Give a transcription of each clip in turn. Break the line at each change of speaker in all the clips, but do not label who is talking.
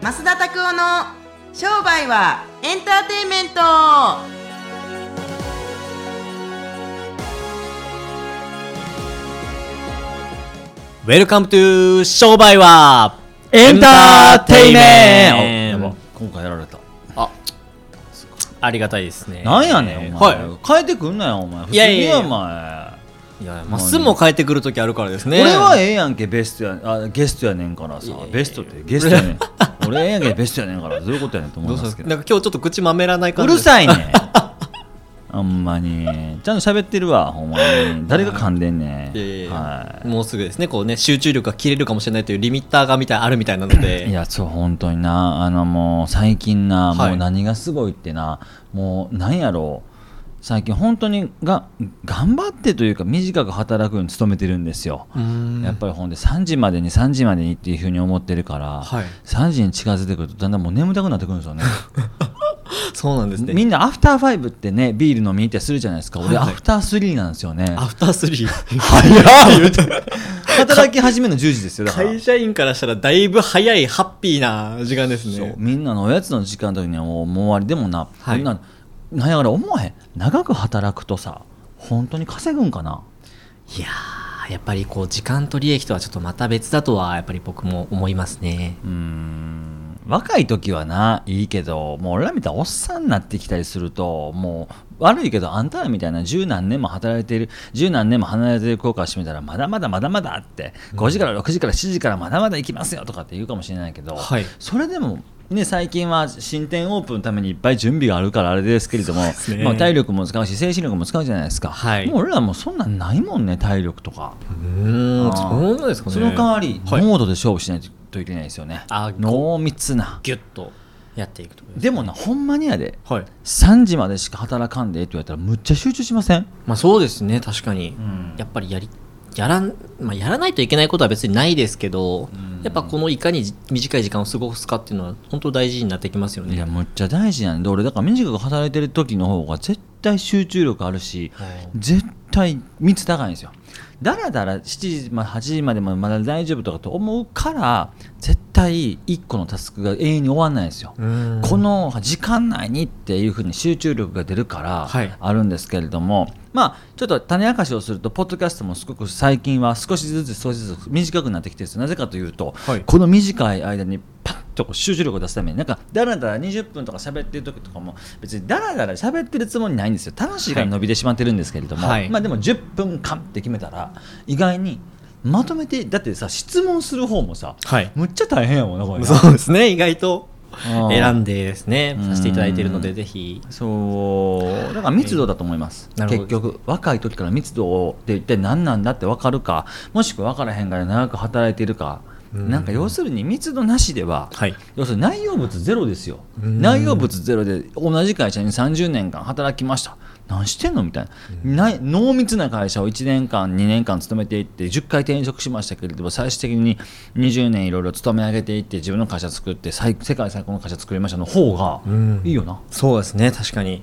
増田拓夫の商売はエンターテインメント
ウェルカムトゥー商売は
エンターテイメン
ン
ト
ト
あやば今回やられた。
ありがたいですね。
なんやねん、お前。
は
変えてくんなよ、お前。普通に
いやいやいや
お前。
い。いや、まっすぐも帰ってくる時あるからですね。
俺はええやんけ、ベストやあゲストやねんからさ
いやいやい。や
ベストって、ゲストやねん。俺ええやんけ、ベストやねんから。どういうことやねんと思
ど
いうま
です
す
か
け
な
ど。
んか今日ちょっと口まめらない感
う
じ
る
です。
さいね ん。あんまに。ちゃんと喋ってるわ、ほんまに。誰が噛んでんね
いやいやい
ん。
や
は
もうすぐですね、こうね、集中力が切れるかもしれないというリミッターがみたいあるみたいなので。
い。いや、そう、本当にな。あの、もう、最近な、
はい
もう何がすごいってな、もう、なんやろう。最近、本当にが、頑張ってというか、短く働くように努めてるんですよ。
うーん
やっぱりほんで3時までに3時までにっていうふうに思ってるから、
はい
3時に近づいてくるとだんだんもう眠たくなってくるんですよね
そう なんですね。
みんなアフターファイブってねビール飲みに行ってするじゃないですか俺
は
ア
いはい
フタースリーなんですよね、
アフタースリー。
早い言うて働き始めの10時ですよだか ら
会社員からしたらだいぶ早いハッピーな時間です
そう
ね。
みんなのおやつの時間の時にはもうもう終わりでもな、
はい
みんななんやから思わへん長く働くとさ本当に稼ぐんかない
やー、やっぱりこう、時間と利益とはちょっとまた別だとは、やっぱり僕も思いますね。
うーん若い時はないいけどもう俺らみたいなおっさんになってきたりするともう悪いけどあんたらみたいな十何年も働いている十何年も離れている効果をしてみたらまだまだまだまだあって5時から6時から7時からまだまだ行きますよとかって言うかもしれないけど、
はい
それでも。ね、最近は新店オープンのためにいっぱい準備があるからあれですけれども、
すね
まあ、体力も使うし精神力も使うじゃないですか、
はい
もう俺らもうそんなんないもんね体力とか。
うーん、
あー
そうなんですかね。
その代わり、
はい
モードで勝負しないといけないですよね
あー
濃密な
ギュッとやっていくところ
でもなほんまにやで
はい。
3時までしか働かんでって言われたらむっちゃ集中しません
まあそうですね、確かに。
ん
やっぱりやり、やらん、まあやらないといけないことは別にないですけど、やっぱこのいかにじ短い時間を過ごすかっていうのは本当大事になってきますよ
いや
ね。
むっちゃ大事なんで俺だから短く働いてる時の方が絶対集中力あるし絶対密高いんですよだらだら7時まで8時までもまだ大丈夫とかと思うから絶対1個のタスクが永遠に終わんないんですよ、
うん
この時間内にっていうふうに集中力が出るから
はい
あるんですけれども、まあちょっと種明かしをするとポッドキャストもすごく最近は少しずつ少しずつ短くなってきてるんですよなぜかというと、
はい
この短い間にパッとこう集中力を出すためになんかだらだら20分とか喋ってる時とかも別にだらだら喋ってるつもりないんですよ楽しいから伸びてしまってるんですけれども、
はい
まあ、でも10分間って決めたら意外にまとめてだってさ質問する方もさ
はい。
むっちゃ大変やもんなこれ な
そうですね、意外と
うん
選んでですね、
うん
させていただいているので、ぜひ。
そうだから密度だと思います、
なるほど
結局若い時から密度をって一体何なんだって分かるかもしくは分からへんから長く働いているか、
うん
なんか要するに密度なしでは、
はい。
要するに内容物ゼロですよ、
うん
内容物ゼロで同じ会社に30年間働きました何してんのみたいな,、ない濃密な会社を1年間2年間勤めていって10回転職しましたけれども最終的に20年いろいろ勤め上げていって自分の会社作って最世界最高の会社作りましたの方が
うん
いいよな、
そうですね、確かに。で
で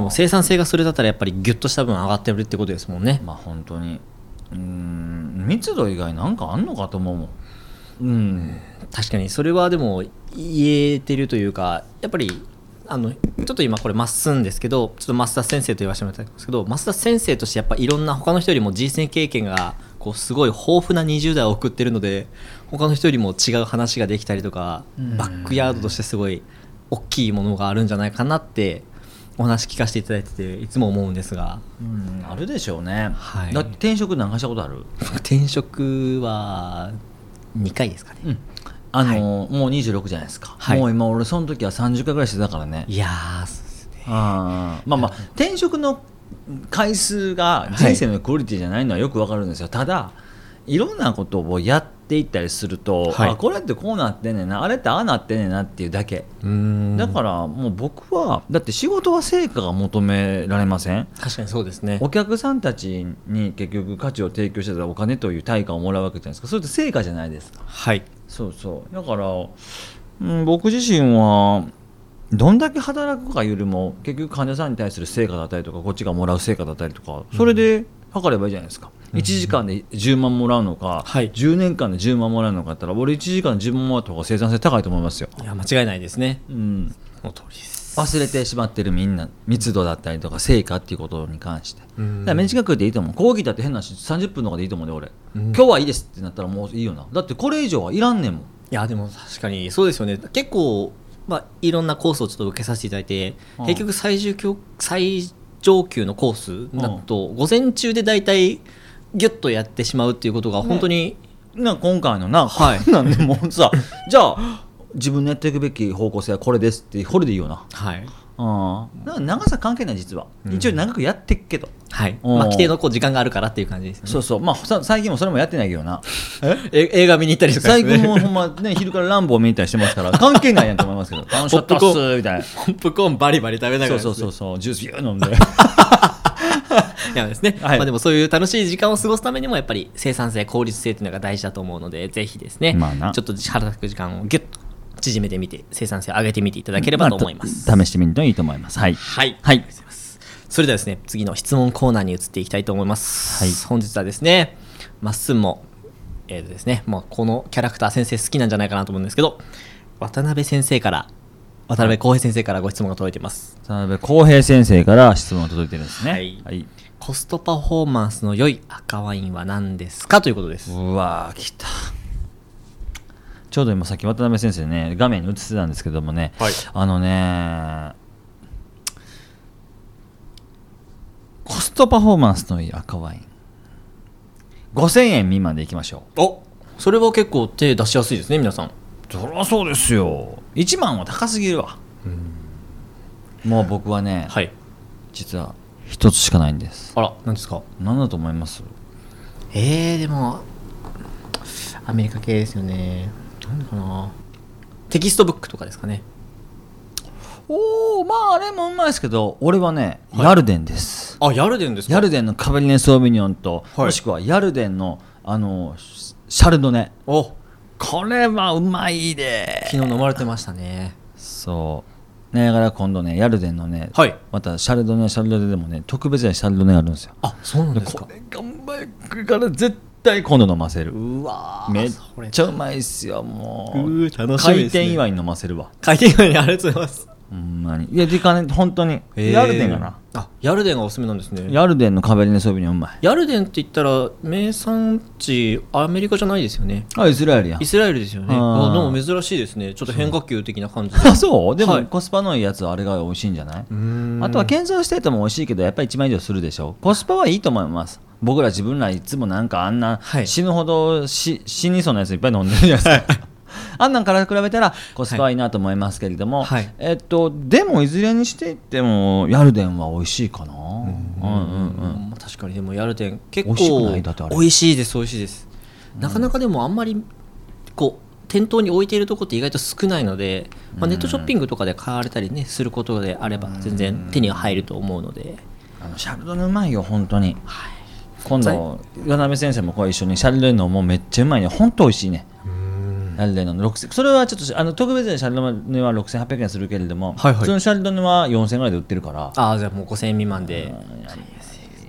も生産性がそれだったらやっぱりギュッとした分上がってるってことですもんね。
まあ本当にうーん密度以外なんかあんのかと思うもんうん
確かにそれはでも言えてるというかやっぱりあのちょっと今これまっすんですけどちょっと増田先生と言わせてもらったんですけど増田先生としてやっぱいろんな他の人よりも人生経験がこうすごい豊富な20代を送ってるので他の人よりも違う話ができたりとか
うん
バックヤードとしてすごい大きいものがあるんじゃないかなってお話聞かせていただいてていつも思うんですが
うんあるでしょうね、
はい
だって転職なんかしたことある
転職は2回ですかね、
あのーもう26じゃないですか、
はい
もう今俺その時は30回ぐらいしてたからね
いやーそうですね
あーまあまあ転職の回数が人生のクオリティじゃないのはよくわかるんですよ、ただいろんなことをやっていったりすると、
はい
あこれってこうなってんねんなあれってああなってんねんなっていうだけ
うん
だからもう僕はだって仕事は成果が求められません
確かにそうですね
お客さんたちに結局価値を提供してたらお金という対価をもらうわけじゃないですかそれって成果じゃないですか
はい
そうそうだから、うん、僕自身はどんだけ働くかよりも結局患者さんに対する成果だったりとかこっちがもらう成果だったりとかそれで測ればいいじゃないですか1時間で10万もらうのか、
はい
10年間で10万もらうのかだったら俺1時間で10万もらった方が生産性高いと思いますよ、
いや間違いないですね
うん、
その通りです
忘れてしまってるみんな密度だったりとか成果っていうことに関して、
うん
だから短くていいと思う講義だって変な話30分とかでいいと思うね俺、今日はいいですってなったらもういいよなだってこれ以上はいらんねんもん
いやでも確かにそうですよね結構、まあ、いろんなコースをちょっと受けさせていただいて、
うん
結局最上級最上級のコースだと、午前中で大体ギュッとやってしまうっていうことが本当に、
な今回のな、
はい
こん なんでもうさじゃあ自分のやっていくべき方向性はこれですってこれでいいよな
はい
うん、なんか長さ関係ない実は、一応長くやってっけど
はい
おー
まあ、規定のこう時間があるからっていう感じですね
そうそうまあさ最近もそれもやってないけどな
え映画見に行ったりとかです
最
ね
近もほんまね昼から乱暴見に行ったりしてますから関係ないやんと思い ますけど楽しかったっすみたいな
ポップコーンバリバリ食べながら
そ
で
う
す
そ
ね
うそうそうジュースビュー飲ん で
いやですね、
はい
まあ、でもそういう楽しい時間を過ごすためにもやっぱり生産性効率性というのが大事だと思うのでぜひですね、
まあな
ちょっと働く時間をギュッと縮めてみて生産性を上げてみていただければと思い ます、
あと試してみるといいと思いますはい
はい、
はい
それではですね次の質問コーナーに移っていきたいと思います、
はい
本日はですねまっすんもえーとですね、まあ、このキャラクター先生好きなんじゃないかなと思うんですけど渡辺先生から渡辺浩平先生からご質問が届いています
渡辺浩平先生から質問が届いてるんですね
はいコストパフォーマンスの良い赤ワインは何ですかということです。
うわー来たちょうど今さっき渡辺先生ね画面に映ってたんですけどもね、
はい
あのねコストパフォーマンスのいい赤ワイン5000円未満でいきましょ
おそれは結構手出しやすいですね、皆さん。
うそりゃそうですよ1万は高すぎるわもう僕はね、
はい。
実は一つしかないんです
あら、何ですか
何だと思います
えー、でも、アメリカ系ですよね。何かなテキストブックとかですかね。
おおまああれもうまいですけど俺はね、ヤルデンです
あ、やるでんです
ヤルデンのカベリネ・ソービニョンと、
はい
もしくはヤルデンのあのシシャルドネ
お
これはうまいで
昨日飲まれてましたね。
そうねだから今度ねヤルデンのね、
はい
またシャルドネシャルドネでもね特別なシャルドネがあるんですよ
あ、そうなんです
こ
か。
れ頑張るから絶対今度飲ませる
うわー
めっ
それ
ちゃうまいっすよもう
うー楽しみですね
開店祝いに飲ませるわ
書いてるようにありがとうございます。
ほんまにいやでかね本当にヤルデンかな、。
あ、ヤルデンがおすすめなんですね。
ヤルデンのカベリネ・ソービニョンうまい
ヤルデンって言ったら名産地アメリカじゃないですよね
あイスラエルやん
イスラエルですよね
あー
あでも珍しいですねちょっと変化球的な感じで
あそうで
は
も
い
コスパのいいやつはあれが美味しいんじゃない、
ん
あとは建造ステートも美味しいけどやっぱり1万以上するでしょコスパはいいと思います僕ら自分らいつもなんかあんな
はい
死ぬほどし死にそうなやついっぱい飲んでるじゃないですか、 あんなんから比べたらコスパはいいなと思いますけれども、
はい
えっとでもいずれにしていってもヤルデンは美味しいかなうんうんうん
まあ確かにでもヤルデン結
美味しく
構
ないだってあれ
美味しいです美味しいですなかなかでもあんまりこう店頭に置いているとこって意外と少ないので、まあ、ネットショッピングとかで買われたりねすることであれば全然手に入ると思うので
あのシャルドネうまいよ本当に、今度渡辺先生もこう一緒にシャルドネのもうめっちゃうまいね本当美味しいねシャルドネの6000それはちょっとあの特別にシャルドネは6800円するけれども、
はいはい
普通のシャルドネは4000円ぐらいで売ってるから
ああじゃあもう5000円未満で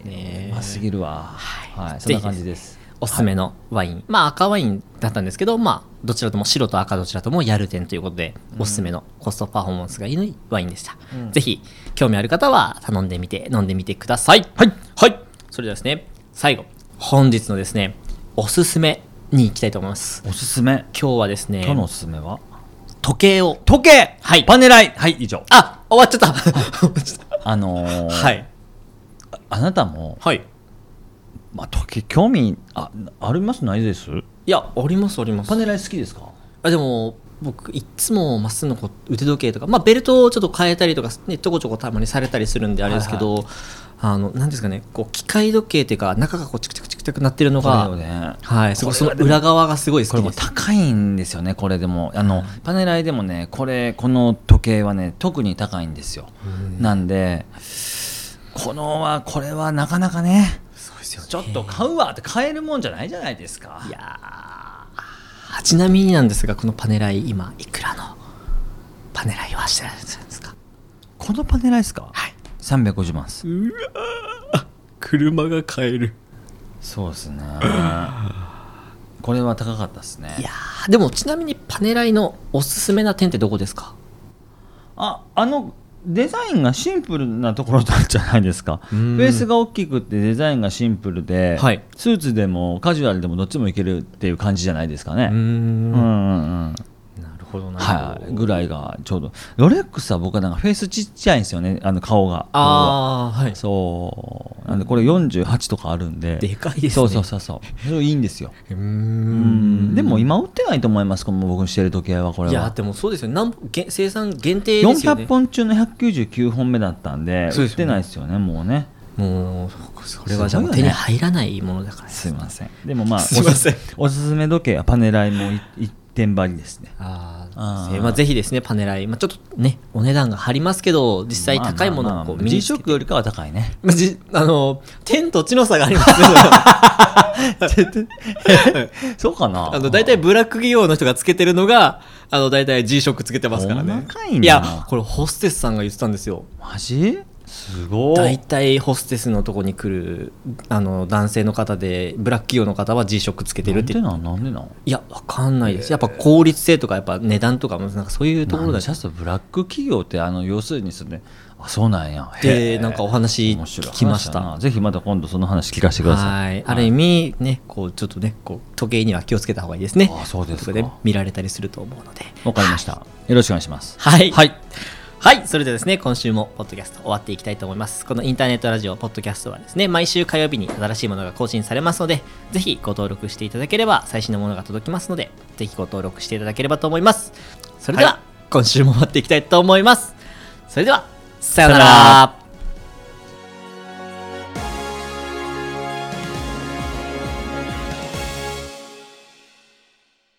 ね
うますぎるわはい、そん
ぜひで
な
す
感じです
おすすめのワイン、まあ赤ワインだったんですけどまあどちらとも白と赤どちらともヤルテンということで、おすすめのコストパフォーマンスがいいワインでした、ぜひ興味ある方は頼んでみて飲んでみてくださいはいはいそれではですね最後本日のですねおすすめに行きたいと思います
おすすめ
今日はですね
今日のおすすめは
時計を
時計
はい
パネライはい以上
あ終わっちゃった 終わっちゃっ
あのー
たはい
あなたも、
はい
まあ、時計興味あありますないです
いやありますあります
パネライ好きですか
あでも僕いっつもまっすぐのこう腕時計とか、まあ、ベルトをちょっと変えたりとか、ね、ちょこちょこたまにされたりするんであれですけど、あのなんですかねこう機械時計っていうか中がこうチクチクチクチクなってるの
これ
が
を、ね
はい、すごいそ
これ
の
はで
裏
も
側がすごい
こ
好
れ
き
も
で
う
す
高いんですよねこれでもあのパネライでもねこれこの時計はね特に高いんですよなんでこのはこれはなかなかね
そうですよね
ちょっと買うわって買えるもんじゃないじゃないですか
いやーちなみになんですがこのパネライ今いくらのパネライはしてらっしゃるんですか
このパネライですか
はい
350万っす
車が買える
そうです ねこれは高かったですね
いやーでもちなみにパネライのおすすめな点ってどこですか
ああのデザインがシンプルなところなんじゃないですか
う
ベ
ん
ースが大きくてデザインがシンプルで、
はい
スーツでもカジュアルでもどっちもいけるっていう感じじゃないですかね、
ん
うんうんうん
なるほどな
はい、ぐらいがちょうどロレックスは僕はなんかフェイスちっちゃいんですよねあの顔が
ああーはい
そうなんでこれ48とかあるんで
でかいですね
そうそうそうそうそれいいんですよ
うー
でも今売ってないと思いますこの僕のしてる時計はこれはい
やでもそうですよねなんげ生産限定ですよね
400本中の199本目だったんで
そう
売
で
っ
すよね
てないですよねもうね
もうそれはじゃあ
すごいよね
手に入らないものだから
すいませんでもまあお
すいません
すおすすめ時計はパネライもい一点張りですね
あ
あ
あ
ー
まあ、ぜひですねパネライ、まあ、ちょっとねお値段が張りますけど実際
まあ
高いもの
まあ
を
ま
こ
あ
う身に
G
つ
ショ
け
ックよりかは高いね
まあじあの天と地の差があります けど
そうかな
あの大体ブラック企業の人がつけてるのがあの大体 G ショックつけてますからね
お高いない
やこれホステスさんが言ってたんですよ
マジすご
大
い
体ホステスのとこに来るあの男性の方でブラック企業の方は G ショックつけてる
な
っ
ん
て
で
言って
なんなんでなん
いやわかんないですやっぱ効率性とかやっぱ値段とかもなんかそういうところだ
シャツブラック企業ってあの要するにですねあそうなんやへ
で
え
なんかお話
面白い
聞きまし
話だな
た
ぜひまた今度その話聞かせてくださ
はいいある意味ねこうちょっとねこう時計には気をつけた方がいいですね
あそうですか
とこで見られたりすると思うので
わかりましたよろしくお願いします
はい
はい
はい、それではですね、今週もポッドキャスト終わっていきたいと思います。このインターネットラジオ、ポッドキャストはですね、毎週火曜日に新しいものが更新されますので、ぜひご登録していただければ最新のものが届きますので、ぜひご登録していただければと思います。それでは、
は
今週も終わっていきたいと思います。それでは、さような
さような
ら。